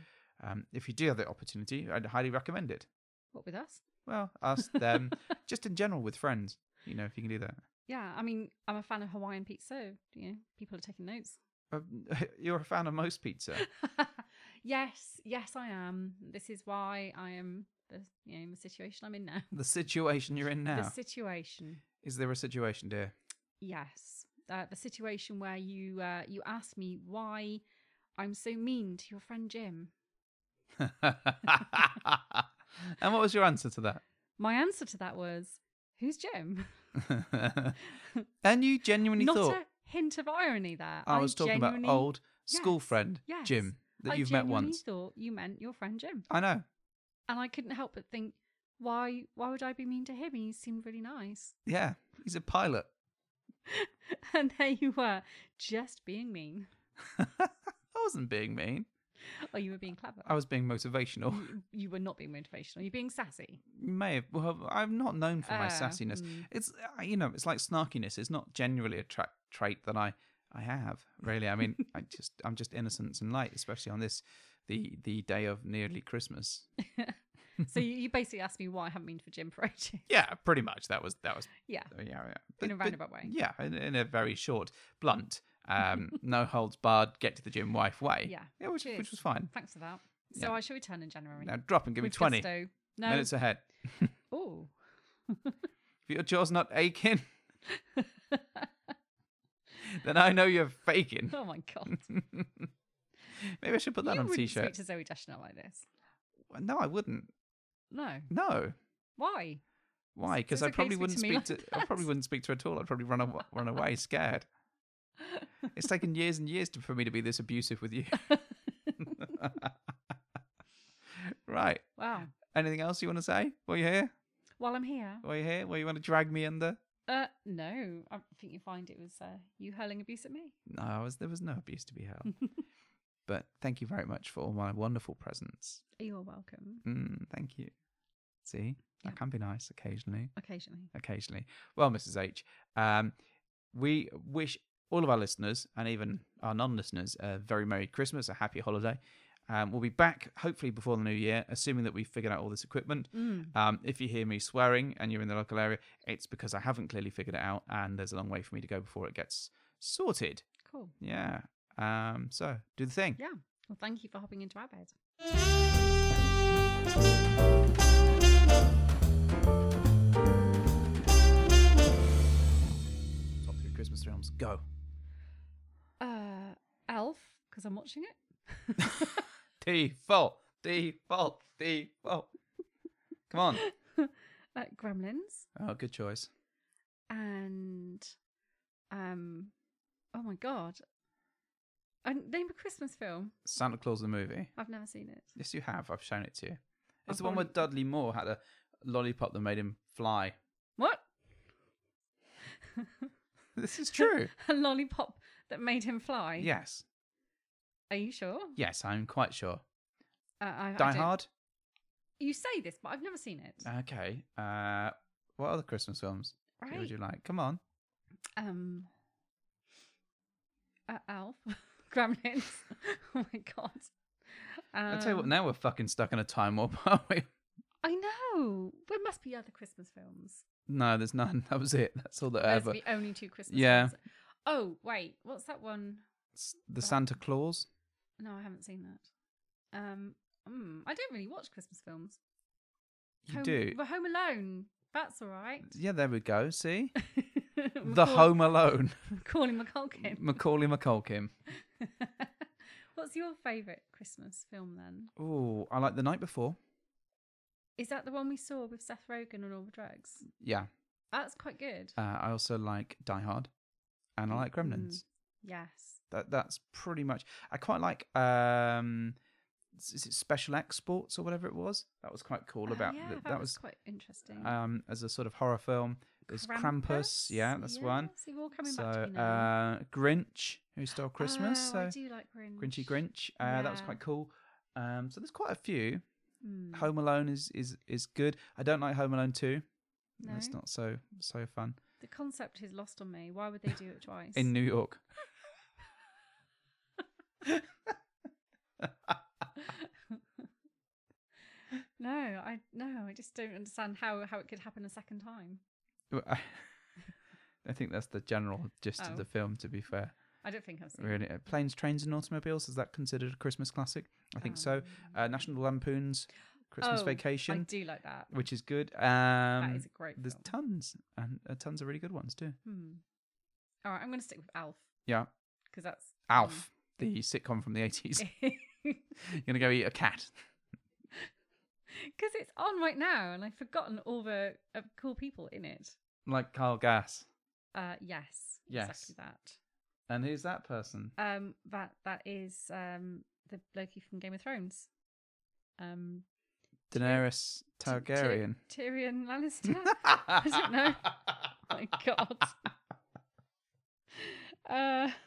Speaker 3: um, if you do have the opportunity, I'd highly recommend it.
Speaker 2: What with us?
Speaker 3: Well, us, them, just in general with friends, you know, if you can do that.
Speaker 2: Yeah, I mean, I'm a fan of Hawaiian pizza. So, you know, people are taking notes.
Speaker 3: Um, You're a fan of most pizza.
Speaker 2: yes, yes, I am. This is why I am the you know the situation I'm in now.
Speaker 3: the situation you're in now.
Speaker 2: The situation,
Speaker 3: Is there a situation, dear?
Speaker 2: yes, uh, the situation where you uh, you asked me why I'm so mean to your friend Jim.
Speaker 3: and what was your answer to that?
Speaker 2: My answer to that was, "Who's Jim?"
Speaker 3: and you genuinely
Speaker 2: Not
Speaker 3: thought
Speaker 2: a hint of irony there.
Speaker 3: I was talking about
Speaker 2: genuinely-
Speaker 3: old school
Speaker 2: Yes,
Speaker 3: friend
Speaker 2: yes.
Speaker 3: Jim that
Speaker 2: I
Speaker 3: you've met
Speaker 2: genuinely
Speaker 3: once.
Speaker 2: Thought you meant your friend Jim,
Speaker 3: I know.
Speaker 2: and I couldn't help but think, why? Why would I be mean to him? He seemed really nice.
Speaker 3: Yeah, he's a pilot.
Speaker 2: and there you were, just being mean.
Speaker 3: I wasn't being mean.
Speaker 2: Or Oh, you were being clever.
Speaker 3: I was being motivational.
Speaker 2: You, you were not being motivational. You're being sassy.
Speaker 3: You may have. Well, I'm not known for my
Speaker 2: Ah,
Speaker 3: sassiness.
Speaker 2: mm.
Speaker 3: It's uh, you know, it's like snarkiness. It's not generally a tra- trait that I I have really. I mean, I just I'm just innocence and light, especially on this the the day of nearly Christmas.
Speaker 2: so you, you basically asked me why I haven't been for gym for ages.
Speaker 3: Yeah, pretty much. That was that was
Speaker 2: Yeah.
Speaker 3: Uh, yeah, yeah.
Speaker 2: In a roundabout way.
Speaker 3: Yeah, in, in a very short, blunt, um, no holds barred, get to the gym wife way.
Speaker 2: Yeah.
Speaker 3: yeah which,
Speaker 2: Cheers.
Speaker 3: which was fine.
Speaker 2: Thanks for that. So
Speaker 3: Yeah.
Speaker 2: I shall return in January.
Speaker 3: Now drop and give me
Speaker 2: With
Speaker 3: 20
Speaker 2: gusto. No.
Speaker 3: minutes ahead.
Speaker 2: Oh.
Speaker 3: If your jaw's not aching, then I know you're faking.
Speaker 2: Oh my god.
Speaker 3: Maybe I should put that
Speaker 2: you
Speaker 3: on a
Speaker 2: wouldn't
Speaker 3: t
Speaker 2: speak
Speaker 3: shirt.
Speaker 2: to Zoe Deschanel like this.
Speaker 3: No, I wouldn't.
Speaker 2: No.
Speaker 3: No.
Speaker 2: Why?
Speaker 3: Why? Because
Speaker 2: it's
Speaker 3: I
Speaker 2: okay to
Speaker 3: probably
Speaker 2: speak
Speaker 3: wouldn't
Speaker 2: to me
Speaker 3: speak
Speaker 2: like
Speaker 3: to. I probably
Speaker 2: that.
Speaker 3: wouldn't speak to her at all. I'd probably run away, run away scared. It's taken years and years to, for me to be this abusive with you. right.
Speaker 2: Wow.
Speaker 3: Anything else you want to say while you're here?
Speaker 2: While I'm here.
Speaker 3: While you're here? While you want to drag me under?
Speaker 2: Uh no. I think you find it was uh, you hurling abuse at me.
Speaker 3: No, I was, there was no abuse to be held. but thank you very much for all my wonderful presents.
Speaker 2: You're welcome.
Speaker 3: Mm, thank you. See, that
Speaker 2: Yeah.
Speaker 3: can be nice occasionally.
Speaker 2: occasionally.
Speaker 3: Occasionally. Well, Mrs. H, um, we wish all of our listeners and even our non-listeners a very merry Christmas, a happy holiday. Um, we'll be back hopefully before the new year, assuming that we've figured out all this equipment. Um, if you hear me swearing and you're in the local area, it's because I haven't clearly figured it out, and there's a long way for me to go before it gets sorted.
Speaker 2: Cool.
Speaker 3: Yeah. Um, so do the thing.
Speaker 2: Yeah. Well, thank you for hopping into our bed.
Speaker 3: Top three Christmas films. Go.
Speaker 2: Uh, Elf, because I'm watching it.
Speaker 3: Default. Default. Default. Come on.
Speaker 2: Uh, Gremlins
Speaker 3: Oh, good choice.
Speaker 2: and um, oh my god, I name a Christmas film.
Speaker 3: Santa Claus the movie.
Speaker 2: I've never seen it.
Speaker 3: Yes, you have. I've shown it to you.
Speaker 2: I've
Speaker 3: It's the one where Dudley Moore had a lollipop that made him fly.
Speaker 2: What?
Speaker 3: This is true.
Speaker 2: a lollipop that made him fly.
Speaker 3: yes.
Speaker 2: Are you sure?
Speaker 3: Yes, I'm quite sure.
Speaker 2: Uh, I, I
Speaker 3: Die
Speaker 2: don't-
Speaker 3: Hard.
Speaker 2: You say this, but I've never seen it.
Speaker 3: Okay. Uh, what other Christmas films
Speaker 2: right.
Speaker 3: would you like? Come on.
Speaker 2: Um. Uh, Alf, Gremlins. oh my god. Um,
Speaker 3: I'll tell you what. Now we're fucking stuck in a time warp, aren't we?
Speaker 2: I know. There must be other Christmas films.
Speaker 3: No, there's none. That was it. That's all that
Speaker 2: Those
Speaker 3: ever.
Speaker 2: are the only two Christmas
Speaker 3: Yeah.
Speaker 2: films. Oh, wait. What's that one?
Speaker 3: S- The Santa Claus.
Speaker 2: No, I haven't seen that. Um, mm, I don't really watch Christmas films.
Speaker 3: You
Speaker 2: Home,
Speaker 3: do.
Speaker 2: Well, Home Alone. That's all right.
Speaker 3: Yeah, there we go. See, the
Speaker 2: Macaul-
Speaker 3: Home Alone.
Speaker 2: Macaulay McCulkin.
Speaker 3: Macaulay McCulkin. Mm.
Speaker 2: What's your favourite Christmas film then?
Speaker 3: Oh, I like The Night Before.
Speaker 2: Is that the one we saw with Seth Rogen and all the drugs?
Speaker 3: Yeah.
Speaker 2: That's quite good.
Speaker 3: Uh, I also like Die Hard, and I like Gremlins.
Speaker 2: Mm-hmm. Yes.
Speaker 3: That that's pretty much. I quite like. um s- Is it Special Exports or whatever it was? That was quite cool
Speaker 2: Oh,
Speaker 3: about
Speaker 2: yeah,
Speaker 3: th-
Speaker 2: that, was, quite interesting.
Speaker 3: um as a sort of horror film. There's Krampus. Yeah, that's one.
Speaker 2: Yes, You're all coming
Speaker 3: so
Speaker 2: back to me now.
Speaker 3: uh, Grinch, who stole Christmas.
Speaker 2: Oh, I
Speaker 3: so
Speaker 2: do like Grinch.
Speaker 3: Grinchy Grinch. Uh, That was
Speaker 2: Yeah.
Speaker 3: quite cool. Um, so there's quite a few.
Speaker 2: Mm.
Speaker 3: Home Alone is is is good. I don't like Home Alone two. It's
Speaker 2: No?
Speaker 3: not so so fun
Speaker 2: The concept is lost on me. Why would they do it twice?
Speaker 3: in New York.
Speaker 2: no, I no, I just don't understand how how it could happen a second time.
Speaker 3: Well, I I think that's the general gist
Speaker 2: Oh.
Speaker 3: of the film. To be fair,
Speaker 2: I don't think I've seen.
Speaker 3: really, Uh, planes, trains, and automobiles is that considered a Christmas classic? I think
Speaker 2: Um,
Speaker 3: so. Uh, National Lampoon's Christmas
Speaker 2: Oh, I
Speaker 3: Vacation,
Speaker 2: do like that.
Speaker 3: which is good. Um,
Speaker 2: that is a great.
Speaker 3: there's
Speaker 2: film.
Speaker 3: tons and uh, tons of really good ones too.
Speaker 2: Hmm. All right, I'm going to stick with Alf
Speaker 3: Yeah,
Speaker 2: because that's
Speaker 3: Alf, the sitcom from the 80s.
Speaker 2: because
Speaker 3: You're gonna go eat a cat.
Speaker 2: it's on right now, and I've forgotten all the uh, cool people in it.
Speaker 3: Like Carl Gass.
Speaker 2: Uh, yes,
Speaker 3: Yes.
Speaker 2: exactly that.
Speaker 3: And who's that person?
Speaker 2: Um, that that is um the Loki from Game of Thrones. Um,
Speaker 3: Daenerys
Speaker 2: T- Ty-
Speaker 3: Targaryen.
Speaker 2: Tyrion Lannister. I don't know. My God. Uh,